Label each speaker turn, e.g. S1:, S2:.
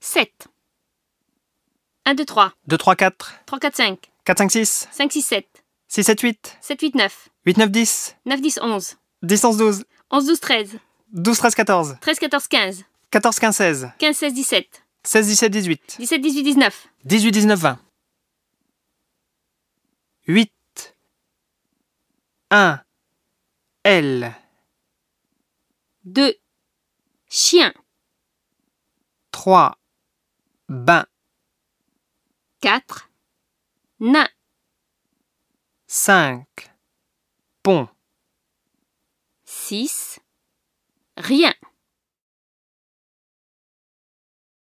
S1: 7. 1, 2, 3.
S2: 2, 3, 4,
S1: 3, 4, 5.
S2: 4, 5, 6,
S1: 5, 6, 7.
S2: 6, 7, 8,
S1: 7, 8, 9.
S2: 8, 9, 10,
S1: 9, 10, 11.
S2: 10, 11, 12,
S1: 11, 12, 13.
S2: 12, 13, 14,
S1: 13, 14, 15.
S2: 14, 15, 16,
S1: 15, 16, 17.
S2: 16, 17, 18,
S1: 17, 18, 19.
S2: 18, 19, 20. 8, 1, L,
S1: 2. Chien.
S2: 3, bain,
S1: 4. Nain.
S2: 5, pont,
S1: 6. Rien.